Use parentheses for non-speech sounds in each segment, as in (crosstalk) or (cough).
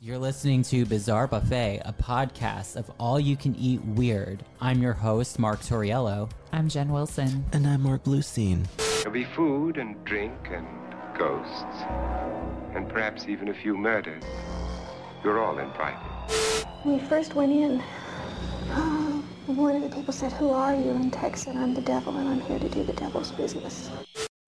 You're listening to Bizarre Buffet, a podcast of all you can eat weird. I'm your host, Mark Torriello. I'm Jen Wilson. And I'm Mark Bluestein. There'll be food and drink and ghosts, and perhaps even a few murders. You're all invited. When we first went in, uh, one of the people said, Who are you? And Tex said, I'm the devil and I'm here to do the devil's business.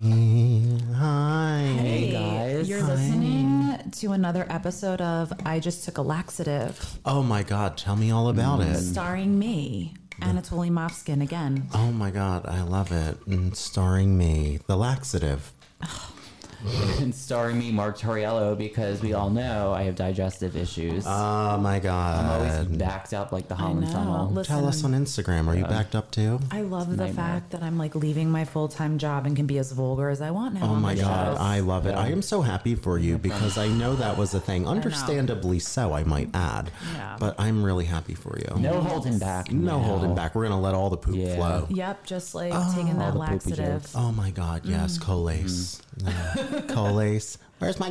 Mm, Hi. Hey, guys. You're listening to another episode of I Just Took a Laxative, Oh my God, tell me all about it. starring me, Anatoly Mofskin again. Oh my God, I love it. Mm, starring me, the laxative. (laughs) and starring me, Mark Torriello, because we all know I have digestive issues. Oh my God. Always backed up like the I Holland know. Tunnel. Listen, Tell us on Instagram, are you backed up too? I love the fact that I'm like leaving my full time job and can be as vulgar as I want now. Oh on my the God, show. I love it. I am so happy for you because I know that was a thing. Understandably so, I might add. Yeah. But I'm really happy for you. No holding back. No now. holding back. We're going to let all the poop Yeah. flow. Yep, just like taking that All the poopy laxative. jokes. Oh my God, yes, colace. Yeah. Colace. Where's my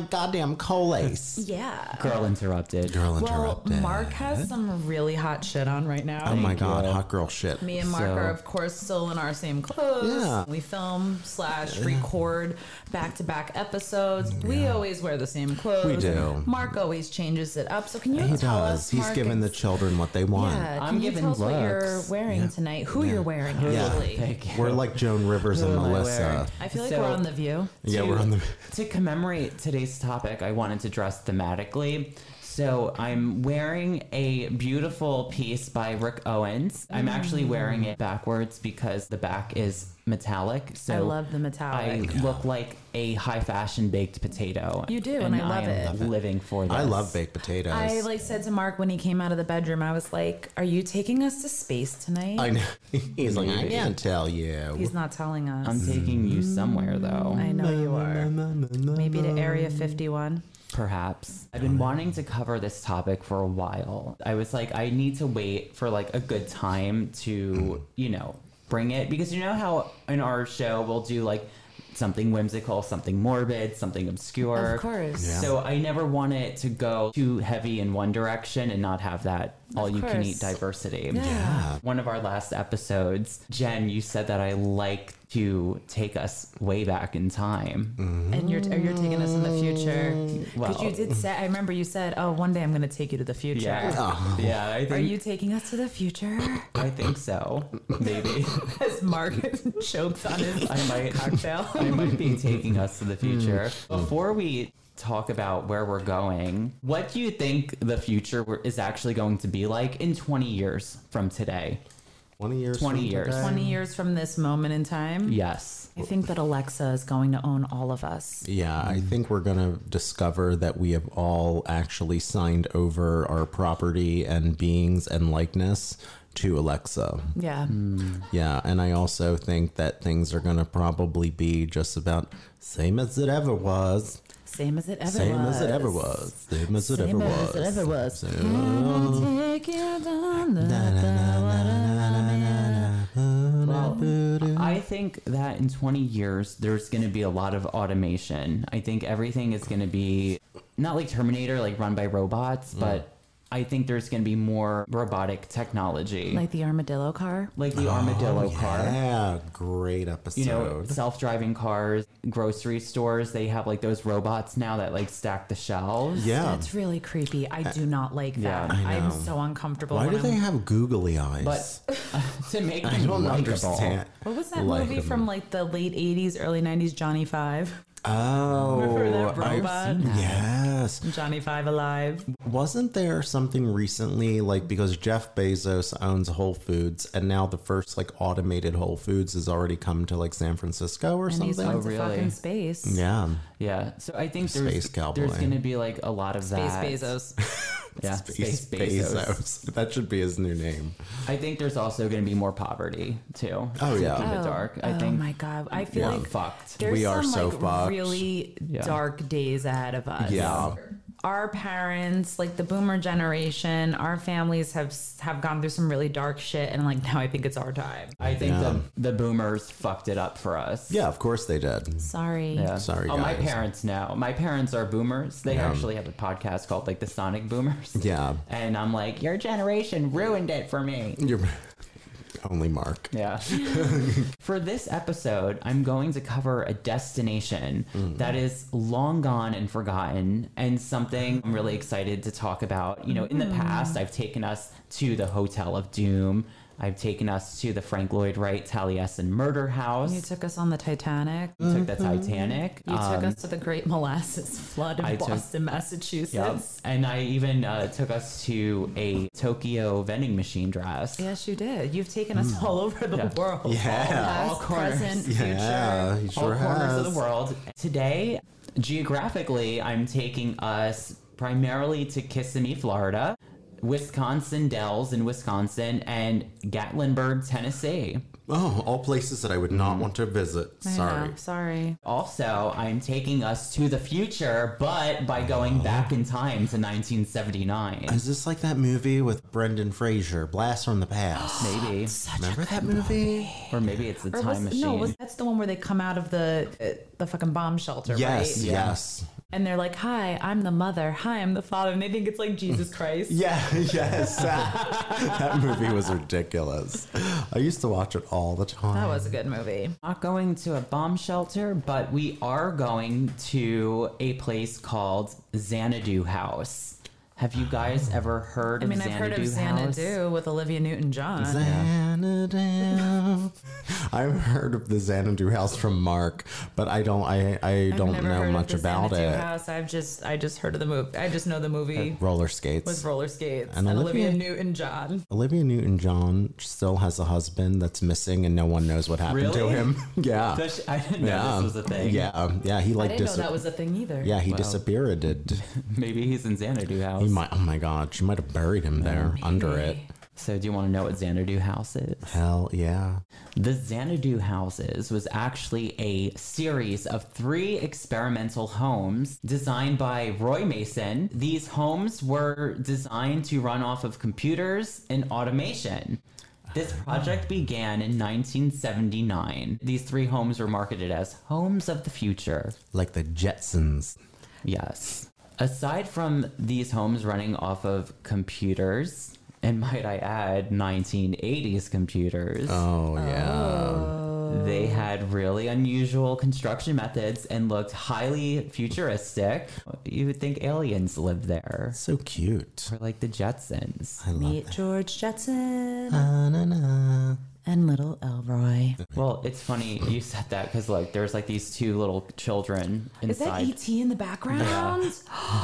(laughs) goddamn colace? Yeah. Girl interrupted. Girl Well, interrupted. Mark has some really hot shit on right now. oh my God, hot girl shit. Me and Mark So- are, of course, still in our same clothes. Yeah. We film slash record back to back episodes. We always wear the same clothes. We do. Mark always changes it up. So can you He tell does. us? He's Mark, giving the ex- children what they want. Yeah, I'm can you giving tell us what you're looks. wearing tonight? Who you're wearing Yeah. actually? Thank you. We're like Joan Rivers and Who am I Melissa. wearing? I feel like So- we're on the View. Yeah, to- we're on the. to commemorate today's topic, I wanted to dress thematically. So I'm wearing a beautiful piece by Rick Owens. I'm actually Mm. wearing it backwards because the back is metallic. So I love the I metallic. look like a high fashion baked potato. You do, and I love am it. Love it. Living for this. (laughs) I love baked potatoes. I, like said to Mark when he came out of the bedroom, I was like, "Are you taking us to space tonight?" I know. (laughs) He's like, I can't tell you. He's not telling us. I'm Mm. taking you Mm. somewhere though. I know you are. Maybe to Area 51. Perhaps. I've been wanting to cover this topic for a while. I was like, I need to wait for like a good time to, you know, bring it because you know how in our show we'll do like something whimsical, something morbid, something obscure. Of course. Yeah. So I never want it to go too heavy in one direction and not have that all you can eat course. diversity. Yeah. One of our last episodes, Jen, you said that I like to take us way back in time. and you're, or you're taking us in the future. Mm. Because Well- you did say, I remember you said, "Oh, one day I'm going to take you to the future." Yeah. Yeah, I think Are you taking us to the future? (laughs) I think so. (laughs) Maybe. As Mark (laughs) chokes on his I might (laughs) I cocktail. might be taking us to the future. Before we talk about where we're going, what do you think the future w- is actually going to be like in 20 years from today? 20 years. 20 from years. today? 20 years from this moment in time, Yes. I think that Alexa is going to own all of us. Yeah, Mm-hmm. I think we're going to discover that we have all actually signed over our property and beings and likeness to Alexa. Yeah. Mm. Yeah, and I also think that things are going to probably be just about same as it ever was. Same as it ever Same was. as it ever was. Same as it Same ever as was. it ever was. Take you down the- Well, I think that in 20 years, there's going to be a lot of automation. I think everything is going to be not like Terminator, like run by robots, but I think there's going to be more robotic technology. Like, Like the armadillo car. the armadillo car. Oh, Yeah, great episode. you know self-driving cars grocery stores they have like those robots now that like stack the shelves yeah. Uh, That's really creepy. I do not like Yeah. that. I I'm know. so uncomfortable. Why when do I'm- they have googly eyes? but (laughs) to make them I don't likeable, understand. What was that Like movie them. from like the late 80s, early 90s? Johnny Five. Oh, Remember that I've robot? seen that. Yes. Johnny Five Alive. Wasn't there something recently like because Jeff Bezos owns Whole Foods and now the first like automated Whole Foods has already come to like San Francisco or And he's something? going to really? fucking space. yeah. yeah so i think there's, Space cowboy. there's gonna be like a lot of Space that (laughs) Bezos. yeah space, bezos. (laughs) That should be his new name. i think there's also gonna be more poverty too Oh, to yeah. keep it dark i oh think my god. I feel we're like fucked there's We are some so like fucked. really dark days ahead of us. Yeah. our parents, like the boomer generation, our families have have gone through some really dark shit, and like now I think it's our time. I think the, the boomers fucked it up for us. Yeah, of course they did. Sorry. Yeah. Sorry, Oh, my guys. parents know. My parents are boomers. They actually have a podcast called like the Sonic Boomers. Yeah. And I'm like, your generation ruined it for me. You're (laughs) only Mark. Yeah. (laughs) For this episode, I'm going to cover a destination that is long gone and forgotten and something I'm really excited to talk about. You know, in the past, Mm. I've taken us to the Hotel of Doom. I've taken us to the Frank Lloyd Wright Taliesin murder house. You took us on the Titanic. We took the Titanic. You Um, took us to the Great Molasses Flood of I took- Boston, Massachusetts. Yep. And I even uh, took us to a Tokyo vending machine dress. Yes, you did. You've taken us (laughs) all over the Hmm. Yeah. world. Yeah. Past, All corners. present, Yeah, future. he All sure corners has. of the world. Today, geographically, I'm taking us primarily to Kissimmee, Florida, Wisconsin Dells in Wisconsin, and Gatlinburg, Tennessee. Oh, all places that I would not want to visit. I know, Sorry. sorry. Also, I'm taking us to the future, but by Oh. going back in time to 1979. Is this like that movie with Brendan Fraser, (gasps) Blast from the Past? Maybe. Remember that movie? Or maybe it's the Or time was, machine. no, was, that's the one where they come out of the uh, the fucking bomb shelter, Yes, right? (laughs) yes. And they're like, "Hi, I'm the mother. Hi, I'm the father." And they think it's like (laughs) Jesus Christ. Yeah, yes. (laughs) that movie was ridiculous. I used to watch it all the time. That was a good movie. not going to a bomb shelter, but we are going to a place called Xanadu House. Have you guys (sighs) ever heard I mean, of I've Xanadu heard of House? Xanadu with Olivia Newton-John. (laughs) Xanadu. I've heard of the Xanadu house from Mark, but I don't I I I've don't never heard know of much the about Xanadu it. House. I've just I just heard of the movie. I just know the movie Roller skates. was roller skates And and, Olivia, Olivia- Newton-John. Olivia Newton John still has a husband that's missing and no one knows what happened to Really? him. (laughs) yeah. Does she- I didn't know yeah. this was a thing. Yeah. um, Yeah, he I like didn't know that disappeared. was a thing either. Yeah, he disappeared. It- Maybe he's in Xanadu House. He might oh my god, she might have buried him there under it. So, do you want to know what Xanadu House is? Hell yeah. The Xanadu Houses was actually a series of three experimental homes designed by Roy Mason. These homes were designed to run off of computers and automation. This project began in 1979. These three homes were marketed as Homes of the Future. Like the Jetsons. Yes. Aside from these homes running off of computers, and might I add, 1980s computers. Oh yeah. They had really unusual construction methods and looked highly futuristic. You would think aliens lived there, So cute. or like the Jetsons. I love Meet George Jetson Na, na, na. and little Elroy. Well, it's funny you said that because like there's like these two little children Is that inside. E ET in the background? E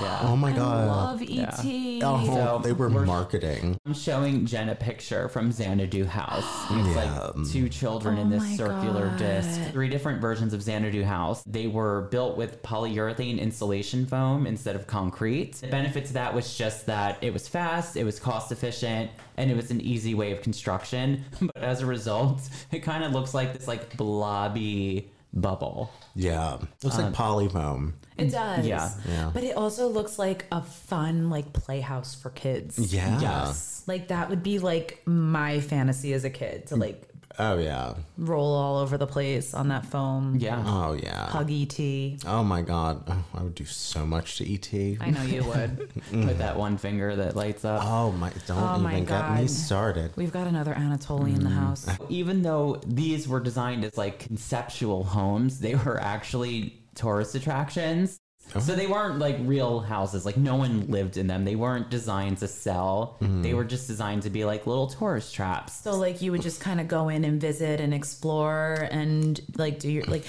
Yeah. Oh my I god. love ET. Oh, So, they were we're- marketing. I'm showing Jen a picture from Xanadu House. It's like two children in Oh this my circular God. disc. Three different versions of Xanadu House. They were built with polyurethane insulation foam instead of concrete. The benefit to that was just that it was fast, it was cost efficient, and it was an easy way of construction. (laughs) But as a result, (laughs) it kind of looks like this like blobby bubble. Yeah. Looks Um, like polyfoam. It does. Yeah. Yeah. But it also looks like a fun like playhouse for kids. Yeah. Yes. Like that would be like my fantasy as a kid to like Oh yeah. roll all over the place on that foam. Yeah. Oh yeah. Hug E ET. Oh my god. Oh, I would do so much to E ET. I know you would. With that one finger that lights up. Oh my don't Oh even my get me God. started. (laughs) We've got another Anatoly in the house. even though these were designed as like conceptual homes, they were actually tourist attractions. Oh. So they weren't like real houses. Like no one lived in them. They weren't designed to sell. Mm-hmm. They were just designed to be like little tourist traps. So like you would just kind of go in and visit and explore and like do your like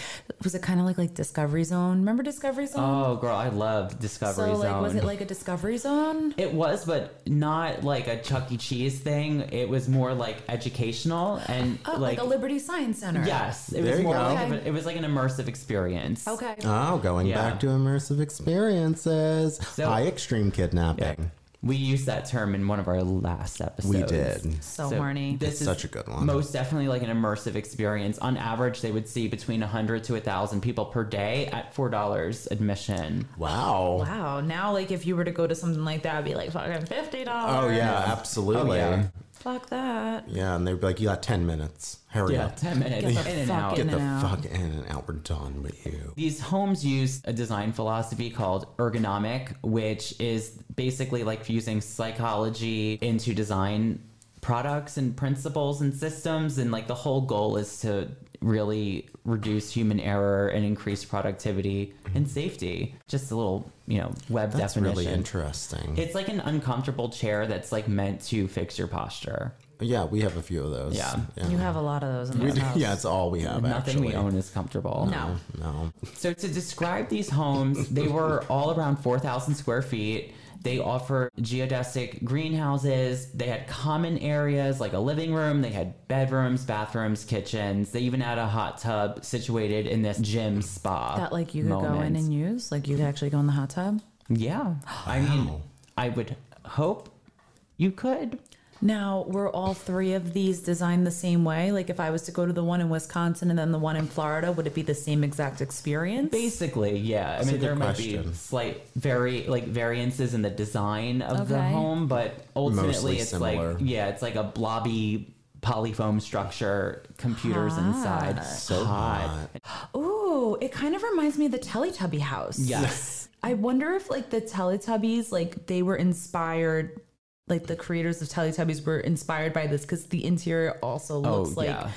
was it kind of like like Discovery Zone? Remember Discovery Zone? Oh girl, I love Discovery so like Zone. was it like a Discovery Zone? It was, but not like a Chuck E. Cheese thing. It was more like educational and (gasps) Oh, like, like, a Liberty Science Center. yes, it There was you more go. like of a- it was like an immersive experience. Okay. Oh, going Yeah. back to immersive experiences. High extreme kidnapping. We used that term in one of our last episodes. We did. So, horny. This It's such a good one. Most definitely like an immersive experience. On average, they would see between 100 to 1,000 people per day at $4 admission. Wow. Wow. Now, like, if you were to go to something like that, I'd be like, fucking $50. Oh yeah, absolutely. Oh, yeah. yeah. Fuck that. and they'd be like, "You got ten minutes. (laughs) Hurry Yeah, up. 10 minutes Get the in and fuck out. in Get the and out. fuck in and out. We're done with you." These homes use a design philosophy called ergonomic, which is basically like fusing psychology into design products and principles and systems. And like the whole goal is to really reduce human error and increase productivity and safety. Just a little, you know, web That's definition. really interesting. It's like an uncomfortable chair that's like meant to fix your posture. yeah, we have a few of those. Yeah. (laughs) You have a lot of those in We this do- house. yeah, it's all we have. Nothing Oh, actually. we own is comfortable. No. No. So to describe these homes, they were all around 4,000 square feet. They offer geodesic greenhouses. They had common areas like a living room. They had bedrooms, bathrooms, kitchens. They even had a hot tub situated in this gym spa. That, like, you could go in and use. Like, you could actually go in the hot tub. yeah. I mean, I would hope you could. Now, were all three of these designed the same way? Like, if I was to go to the one in Wisconsin and then the one in Florida, would it be the same exact experience? Basically, yeah. I a mean, good there might be question. slight very like variances in the design of the Okay. home, but ultimately Mostly it's similar. like yeah, it's like a blobby polyfoam structure, computers inside. So hot. Ooh, it kind of reminds me of the Teletubby house. (laughs) Yes. I wonder if like the Teletubbies, like they were inspired, like the creators of Teletubbies were inspired by this because the interior also Oh, looks like yeah.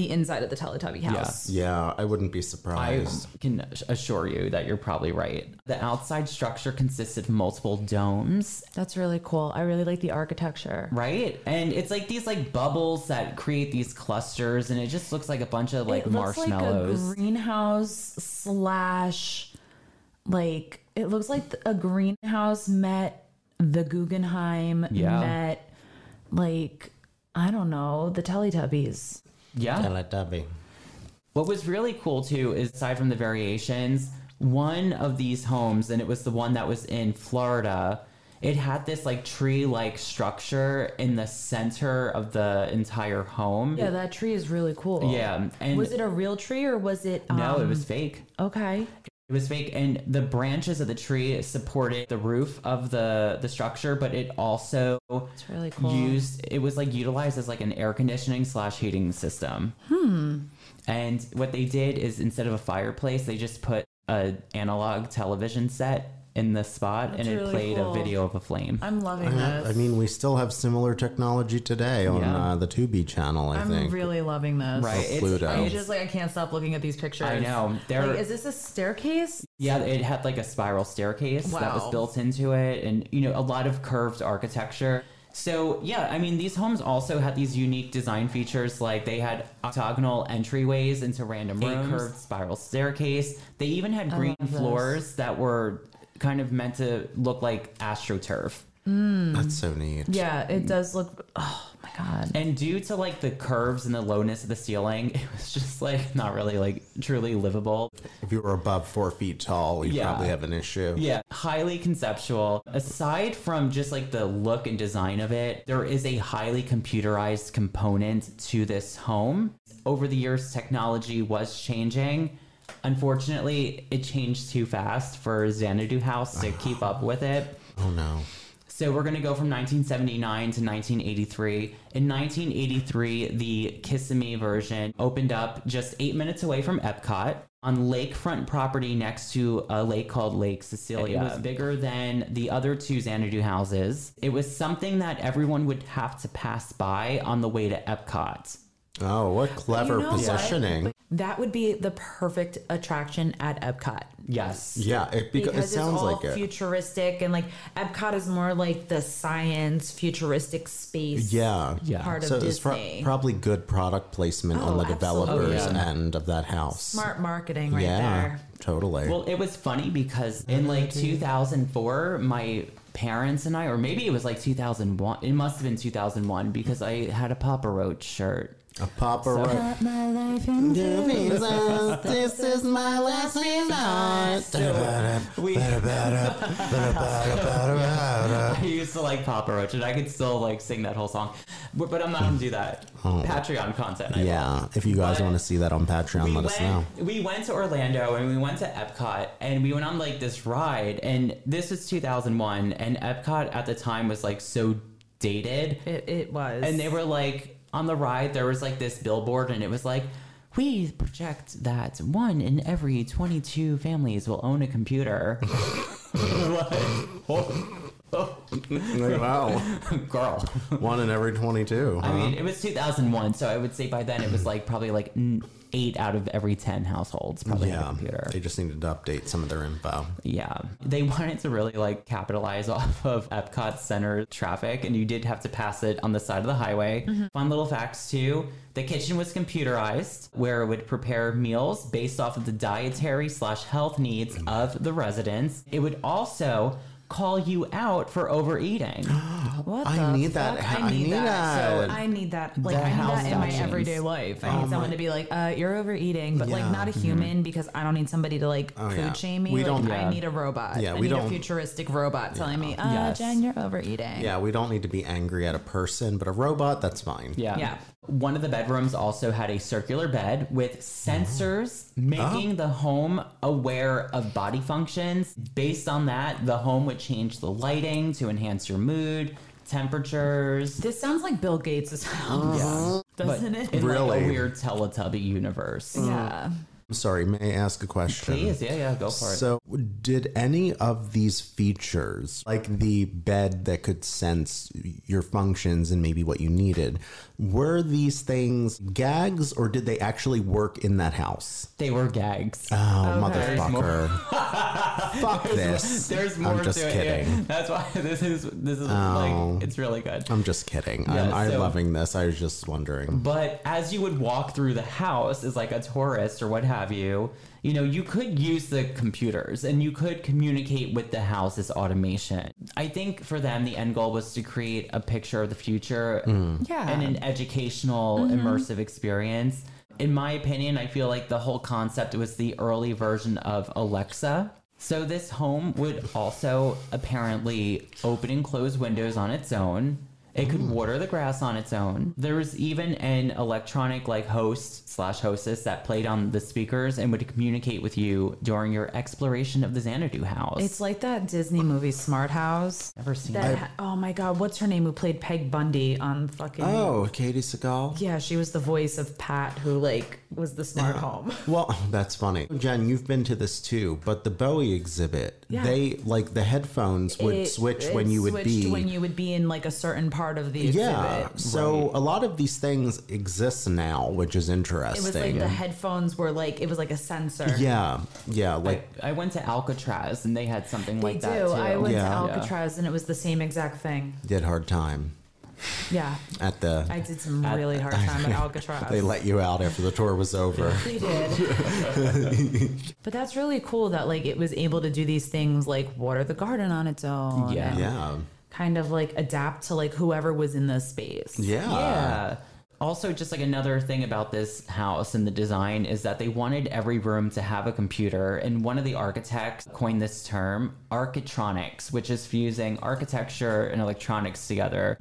the inside of the Teletubby house. Yeah, I wouldn't be I surprised. can assure you that you're probably right. The outside structure consisted of multiple domes, That's really cool. I really like the architecture. right? And it's like these like bubbles that create these clusters, and it just looks like a bunch of like it looks marshmallows. like a greenhouse slash like it looks like a greenhouse met the Guggenheim Yeah. met like I don't know the Teletubbies. yeah, Teletubby. What was really cool too is aside from the variations, one of these homes, and it was the one that was in Florida, it had this like tree like structure in the center of the entire home. Yeah, that tree is really cool. Yeah, and- was it a real tree or was it? Um, No, it was fake. okay. It was fake, and the branches of the tree supported the roof of the the structure, but it also It's really cool. used. It was like utilized as like an air conditioning slash heating system. Hmm. And what they did is instead of a fireplace, they just put a analog television set in the spot, and it really played cool. a video of a flame. I'm loving this. I mean, we still have similar technology today on Yeah. uh, the Tubi channel. I I'm think. really loving this. right, it's- Pluto. I just like I can't stop looking at these pictures. I know. There, Like, is this a staircase? yeah, it had like a spiral staircase that was Wow. built into it, and you know, a lot of curved architecture. So yeah, I mean, these homes also had these unique design features, like they had octagonal entryways into random rooms, a curved spiral staircase. They even had green love this. floors that were kind of meant to look like astroturf. That's so neat. mm, Yeah, it does look. Oh my god. And due to like the curves and the lowness of the ceiling, (laughs) it was just like not really like truly livable. If you were above four feet tall, you Yeah. probably have an issue. Yeah, highly conceptual. Aside from just like the look and design of it, there is a highly computerized component to this home. Over the years, technology was changing. Unfortunately, it changed too fast for Xanadu House to keep up with it. Oh no. So we're going to go from 1979 to 1983. In 1983, the Kissimmee version opened up just eight minutes away from Epcot on lakefront property next to a lake called Lake Cecilia. It was bigger than the other two Xanadu houses. It was something that everyone would have to pass by on the way to Epcot. Oh, what clever You know what? positioning. That would be the perfect attraction at Epcot Yes. Yeah, it, beca- because it sounds it's all like it. futuristic and like Epcot is more like the science futuristic space. yeah. Yeah. part So of it's pro- Disney. probably good product placement on Oh, the absolutely. developer's Oh, yeah. end of that house. Smart marketing right yeah, there. totally. Well, it was funny because in like Mm-hmm. 2004, my parents and I, or maybe it was like 2001, it must have been 2001 because I had a Papa Roach shirt. a popper. My life this is my last resort. We, I (laughs) I used to like Papa Roach, and I could still like sing that whole song, but, but I'm not gonna do that. Patreon content. I Oh. Yeah, if you guys But want to see that on Patreon, we let us know. went, we went to Orlando and we went to Epcot and we went on like this ride and this was 2001 and Epcot at the time was like so dated It, it was. and they were like on the ride there was like this billboard and it was like we project that one in every 22 families will own a computer. Like, oh, wow, girl. one in every twenty-two. Uh, I mean, it was 2001, so I would say by then it was like probably like n- eight out of every 10 households probably had a yeah, computer. they just needed to update some of their info. Yeah. They (laughs) wanted to really like capitalize (laughs) off of Epcot Center traffic, and you did have to pass it on the side of the highway. Fun little facts, too. The kitchen was computerized, where it would prepare meals based off of the dietary slash health needs of the residents. It would also call you out for overeating. (gasps) What I the need that. fuck? I need that. Oh So I need that. Like The I need house that in my actions. everyday life. I need someone to be like, uh, "You're overeating," but Yeah. Mm-hmm. like not a human because I don't need somebody to like Oh, food yeah. shame me. We like, don't- Yeah. I need a robot. Yeah, I we need don't- a futuristic robot telling me, "Uh, Yes. Jen, you're overeating." yeah, we don't need to be angry at a person, but a robot, that's fine. Yeah. Yeah. One of the bedrooms also had a circular bed with sensors Oh. making the home aware of body functions. Based on that, the home would change the lighting to enhance your mood, temperatures. This sounds like Bill Gates' (laughs) house, doesn't it? In like Really? Mm. a weird Teletubby universe. yeah. I'm sorry, may I ask a question? Please, yeah, yeah, go for it. So, did any of these features, like the bed that could sense your functions and maybe what you needed, were these things gags or did they actually work in that house? they were gags. Oh, Okay. motherfucker. (laughs) Fuck (laughs) this. There's more I'm just to it. kidding. yeah. (laughs) That's why this is this is Oh. like it's really good. I'm just kidding. I'm, Yeah, I'm so- loving this. I was just wondering. But as you would walk through the house as like a tourist or what have you, you know, you could use the computers and you could communicate with the house as automation. I think for them the end goal was to create a picture of the future Yeah. and an educational mm-hmm. immersive experience. In my opinion, I feel like the whole concept was the early version of Alexa. So this home would also apparently open and close windows on its own. It could Mm. water the grass on its own. There was even an electronic like host slash hostess that played on the speakers and would communicate with you during your exploration of the Xanadu house. It's like that Disney movie Smart House. never seen That ha- oh my god, what's her name who played Peg Bundy on fucking Oh, Katie Seagal. Yeah, she was the voice of Pat who like was the smart home. (laughs) Well, (laughs) that's funny. Jen, you've been to this too, but the Bowie exhibit, Yeah. they like the headphones would It- switch it when you would switched be when you would be in like a certain part of the exhibit. Yeah. So a lot of these things exist now, which is It interesting. was like the headphones were like it was like a sensor. yeah. Yeah, like I went to Alcatraz and they had something They like do. that too. I went to Yeah. Alcatraz and it was the same exact thing. did hard time Yeah. at the I did some really hard time (laughs) at Alcatraz. they let you out after the tour was over. They did. (laughs) but that's really cool that like it was able to do these things like water the garden on its own. Yeah. and yeah. Kind of like adapt to like whoever was in the space. Yeah. Yeah. Also, just like another thing about this house and the design is that they wanted every room to have a computer. And one of the architects coined this term, architronics, which is fusing architecture and electronics together.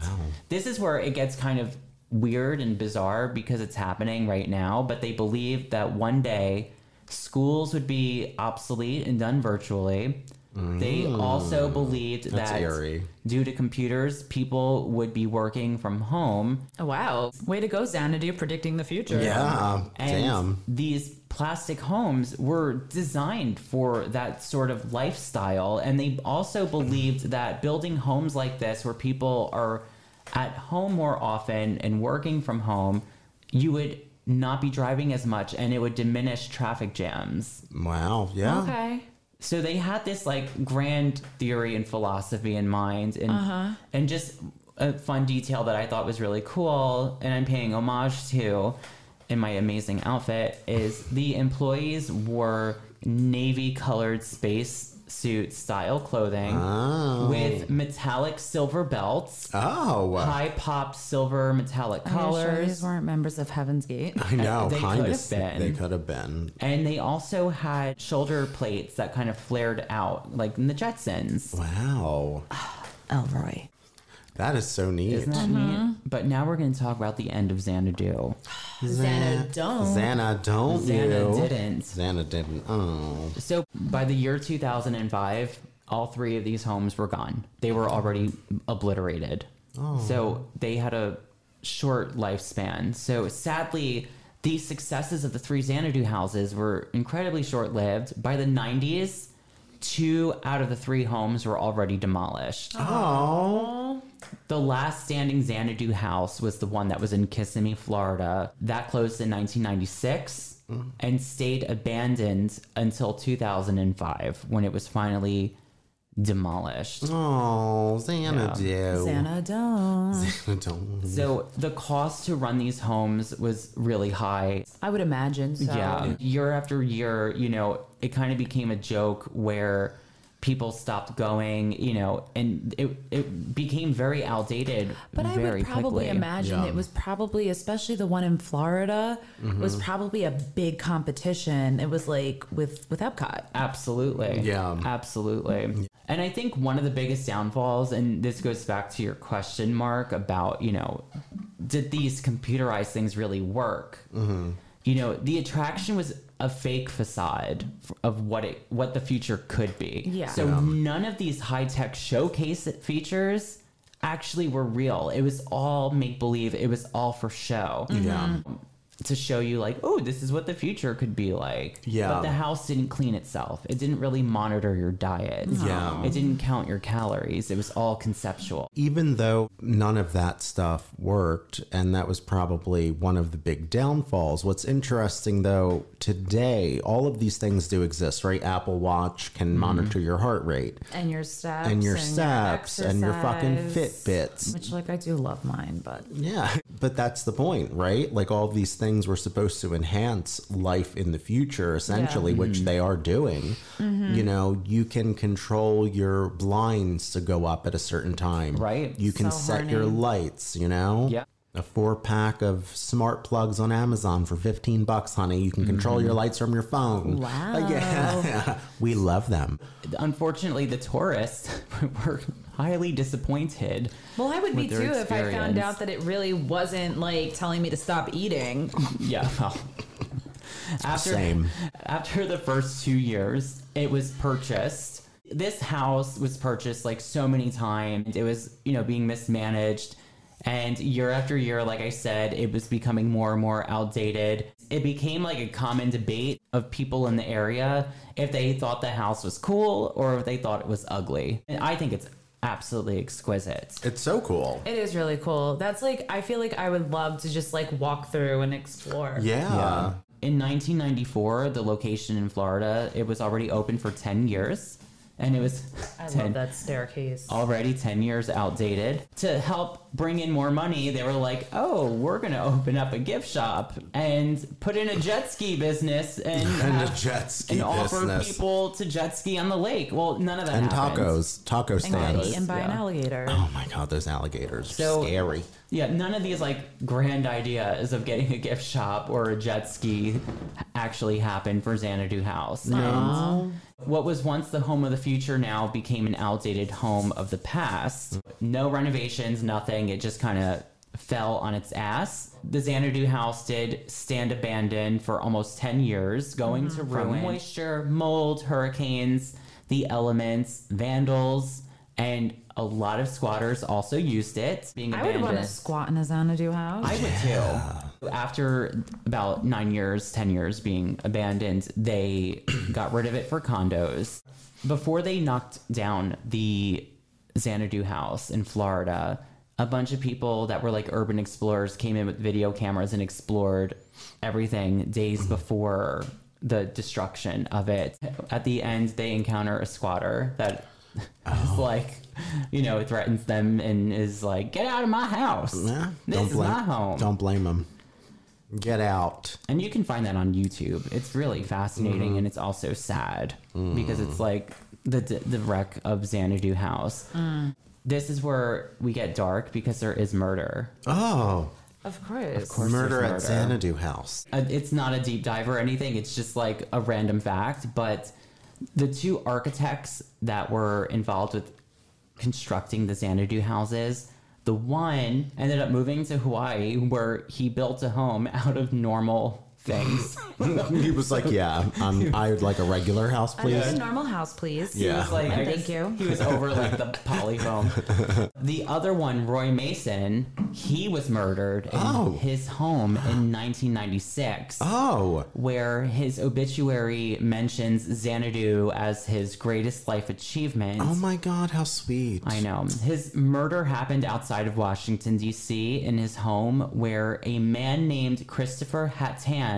This is where it gets kind of weird and bizarre because it's happening right now. But they believe that one day schools would be obsolete and done virtually. They also believed Mm. That's that eerie. due to computers, people would be working from home. Oh, wow. Way to go, Xanadu, predicting the future. Yeah. And Damn. these plastic homes were designed for that sort of lifestyle. And they also believed that building homes like this, where people are at home more often and working from home, you would not be driving as much and it would diminish traffic jams. Wow. Yeah. Okay. so they had this like grand theory and philosophy in mind and and just a fun detail that I thought was really cool and I'm paying homage to in my amazing outfit is the employees wore navy colored space suit style clothing with metallic silver belts Oh. high pop silver metallic Colors collars weren't members of Heaven's Gate. I know. They kind could of. have been. They could have been. and they also had shoulder plates that kind of flared out like in the Jetsons Wow. Elroy. That is so neat. Isn't that neat? But now we're going to talk about the end of Xanadu. Xana don't. Xana don't Xana you? didn't. Xana didn't. Oh. So by the year 2005, all three of these homes were gone. They were already obliterated. So they had a short lifespan. So sadly, the successes of the three Xanadu houses were incredibly short lived. By the 90s, two out of the three homes were already demolished. Oh. The last standing Xanadu house was the one that was in Kissimmee, Florida. That closed in 1996 Mm. and stayed abandoned until 2005 when it was finally demolished. Mm. Oh, Xanadu. Xana don't. Xana don't. So the cost to run these homes was really high. I would imagine. So. Yeah. Year after year, you know, it kind of became a joke where people stopped going, you know, and it it became very outdated But I very would probably quickly. imagine Yeah. it was probably, especially the one in Florida, was Mm-hmm. probably a big competition. It was like with with Epcot. Absolutely. Yeah. Absolutely. And I think one of the biggest downfalls, and this goes back to your question, Mark, about, you know, did these computerized things really work? You know, the attraction was a fake facade f- of what it what the future could be. Yeah. So none of these high tech showcase features actually were real. It was all make believe. It was all for show Yeah. to show you like, oh, this is what the future could be like. Yeah. But the house didn't clean itself. It didn't really monitor your diet. Yeah. It didn't count your calories. It was all conceptual. Even though none of that stuff worked, and that was probably one of the big downfalls. What's interesting though, today, all of these things do exist, right? Apple Watch can monitor your heart rate And your steps. and your steps and your fucking exercise, Fitbits. Which, like, I do love mine, but Yeah, (laughs) but that's the point, right? Like all these things were supposed to enhance life in the future, essentially, which they are doing. You know, you can control your blinds to go up at a certain time, Right. You can So set your horny. lights. You know, Yeah. A four pack of smart plugs on Amazon for fifteen bucks, honey. You can control your lights from your phone. Wow. (laughs) yeah, we love them. Unfortunately, the tourists (laughs) were highly disappointed. well, I would be With too their if I found experience. out that it really wasn't like telling me to stop eating. Yeah. (laughs) Well, after Same. after the first two years, it was purchased. This house was purchased like so many times. It was you know being mismanaged, and year after year, like I said, it was becoming more and more outdated. It became like a common debate of people in the area if they thought the house was cool or if they thought it was ugly. And I think it's absolutely exquisite. It's so cool. It is really cool. That's like I feel like I would love to just like walk through and explore. yeah. In 1994, the location in Florida, it was already open for 10 years, and it was (laughs) I 10 love that staircase. already 10 years outdated. To help bring in more money, they were like, "Oh, we're going to open up a gift shop and put in a jet ski business and, And the have- (laughs) jet ski and offer business. people to jet ski on the lake." Well, none of that and happened. tacos, taco and stands. get eaten by an yeah. alligator. Oh my god, those alligators are So- scary. Yeah, none of these like grand ideas of getting a gift shop or a jet ski actually happened for Xanadu House. No. what was once the home of the future now became an outdated home of the past. No renovations, nothing. It just kind of fell on its ass. The Xanadu house did stand abandoned for almost 10 years, going to ruin Mm-hmm. from moisture, mold, hurricanes, the elements, vandals, and a lot of squatters also used it, being I would abandoned. want to squat in a Xanadu house. I would too. After about nine years, 10 years being abandoned, they (clears throat) got rid of it for condos. Before they knocked down the Xanadu house in Florida, a bunch of people that were like urban explorers came in with video cameras and explored everything days Mm-hmm. before the destruction of it. At the end, they encounter a squatter that (laughs) is Oh. like, you know, threatens them and is like, get out of my house. Yeah, This is blame, my home. Don't blame them. Get out. And you can find that on YouTube. It's really fascinating and it's also sad because it's like the the wreck of Xanadu House. This is where we get dark because there is murder. Oh, of course. Of murder at murder. Xanadu House. Uh, It's not a deep dive or anything. It's just like a random fact, but the two architects that were involved with constructing the Xanadu houses. The one ended up moving to Hawaii where he built a home out of normal things. he was (laughs) like, "Yeah, um, I would like a regular house, Another please." normal house, please. Yeah. was like, And I thank guess you. He was over like (laughs) the polyfoam. the other one, Roy Mason, he was murdered in Oh. his home (gasps) in 1996, Oh, where his obituary mentions Xanadu as his greatest life achievement. oh my God, how sweet! I know. His murder happened outside of Washington, D.C., in his home, where a man named Christopher Hattan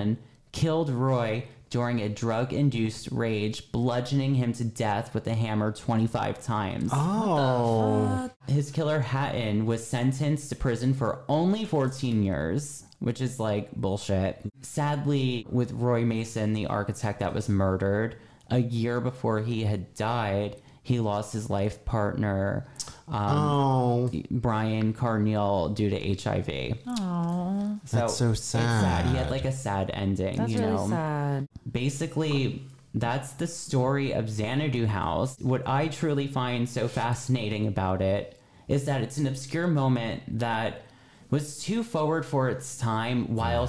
killed Roy during a drug induced rage, bludgeoning him to death with a hammer 25 times. Oh, His killer Hatton was sentenced to prison for only 14 years, which is like bullshit. Sadly, with Roy Mason, the architect that was murdered, a year before he had died, he lost his life partner, um, oh, Brian Carneal, due to HIV. Oh. Aw, That's so it's sad. He had sad. like a sad ending, that's you really know? sad. basically that's the story of Xanadu House. What I truly find so fascinating about it is that it's an obscure moment that was too forward for its time while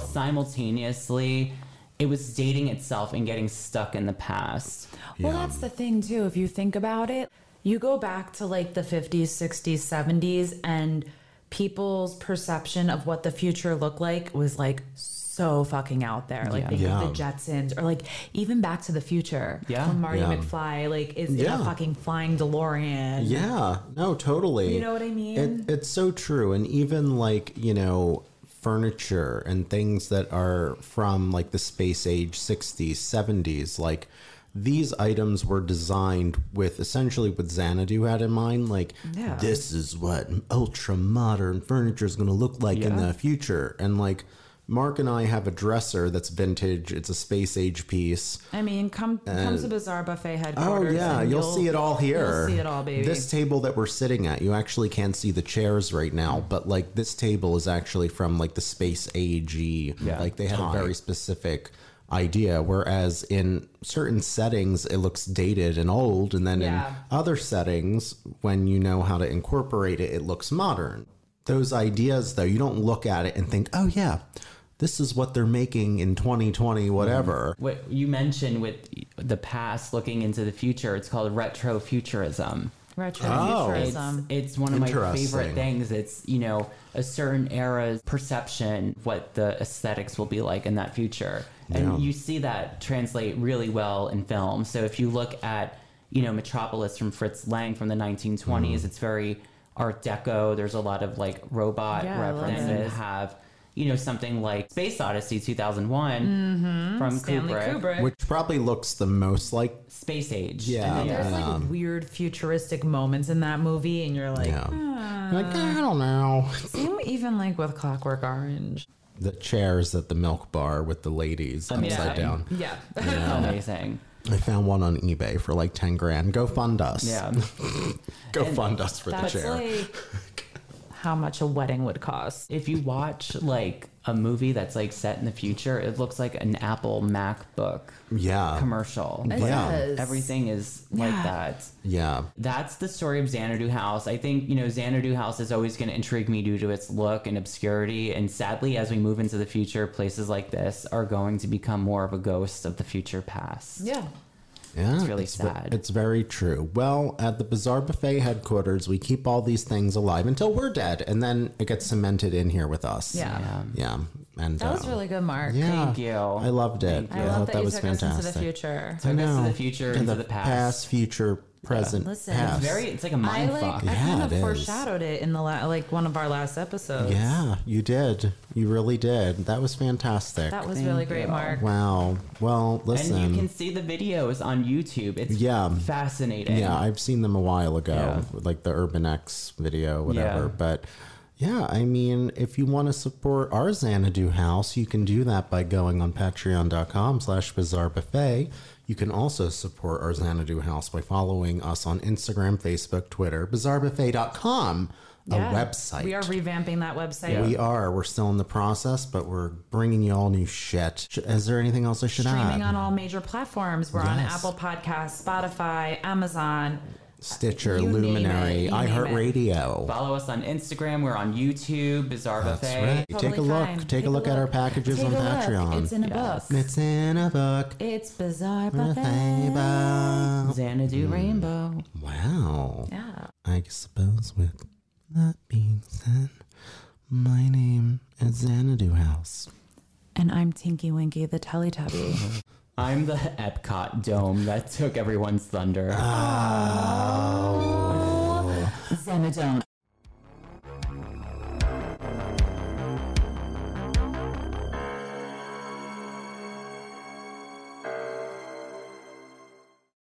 simultaneously it was dating itself and getting stuck in the past. Well, that's the thing too. If you think about it, you go back to like the 50s, 60s, 70s, and people's perception of what the future looked like was like so fucking out there. Like think of the Jetsons, or like even Back to the Future. Yeah. when Marty Yeah. McFly like is in Yeah. a fucking flying DeLorean. yeah, no, totally. You know what I mean? It, it's so true, and even like you know, furniture and things that are from like the space age '60s, '70s, like. These items were designed with essentially what Xanadu had in mind. Like, Yeah. this is what ultra modern furniture is going to look like in the future. And like, Mark and I have a dresser that's vintage, it's a space age piece. I mean, come come to Bizarre Buffet Oh headquarters. yeah, and you'll, see it all here. You'll see it all, baby. This table that we're sitting at, you actually can't see the chairs right now, Mm. but like this table is actually from like the space AG. Like they had a very specific idea. Whereas in certain settings it looks dated and old, and then Yeah. in other settings, when you know how to incorporate it, it looks modern. Those ideas though, you don't look at it and think, oh yeah, this is what they're making in 2020, whatever. What you mentioned with the past looking into the future, it's called retrofuturism. Oh, It's, Retrofuturism. it's one of my Interesting. favorite things. It's, you know, a certain era's perception, what the aesthetics will be like in that future. And Yeah. you see that translate really well in film. So if you look at, you know, Metropolis from Fritz Lang from the 1920s, Mm-hmm. it's very Art Deco. There's a lot of like robot Yeah, I love references. it. You have, you know, something like Space Odyssey 2001 from Mm-hmm. Stanley Kubrick. Kubrick. Which probably looks the most like Space Age. Yeah. And then There's like um, weird futuristic moments in that movie, and you're like, hmm. Yeah. like, I don't know. same even like with Clockwork Orange. The chairs at the milk bar with the ladies upside down. (laughs) Yeah. Amazing. I found one on eBay for like 10 grand. Go fund us. Yeah. Go fund us for the That's chair. (laughs) like how much a wedding would cost. if you watch like a movie that's like set in the future, it looks like an Apple MacBook yeah. commercial. It Like, Yeah. does. everything is like that. yeah. That's the story of Xanadu House. I think, you know, Xanadu House is always going to intrigue me due to its look and obscurity. And sadly, as we move into the future, places like this are going to become more of a ghost of the future past. Yeah. Yeah. It's really ve- sad. it's very true. Well, at the Bizarre Buffet headquarters, we keep all these things alive until we're dead, and then it gets cemented in here with us. Yeah. Yeah. And That was um, really good, Mark. Yeah. Thank you. I loved it. I love that, you took us into the future. I us to know. the future, To into the the, past. past, future, present, Listen, past. It's very, it's like a I mind like fuck. I Yeah, kind of it is. foreshadowed it in the la- like one of our last episodes. Yeah, you did. You really did. That was fantastic. That was really great, Mark. wow. Well, listen. And you can see the videos on YouTube. It's Yeah. fascinating. yeah, I've seen them a while ago, Yeah. like the Urban X video, whatever. Yeah. But yeah, I mean, if you want to support our Xanadu house, you can do that by going on patreon.com slash bizarre buffet. You can also support our Xanadu house by following us on Instagram, Facebook, Twitter, bizarrebuffet.com, Yeah. a website. We are revamping that website. We are. We're still in the process, but we're bringing you all new shit. Sh- Is there anything else I should streaming add? on all major platforms. We're on Yes. Apple Podcasts, Spotify, Amazon, Stitcher, You name Luminary, it, you name iHeartRadio. Follow us on Instagram. We're on YouTube. Bizarre That's Buffet. right. Totally Take a look. fine. Take, a look, at our packages Take on a look. Patreon. It's in a Yes. book. It's in a book. It's bizarre buffet. Wow. Xanadu Rainbow. Mm. Yeah. I suppose with that being said, my name is Xanadu House. And I'm Tinky Winky the (laughs) Teletubby. I'm the Epcot dome that took everyone's thunder. Xenodone.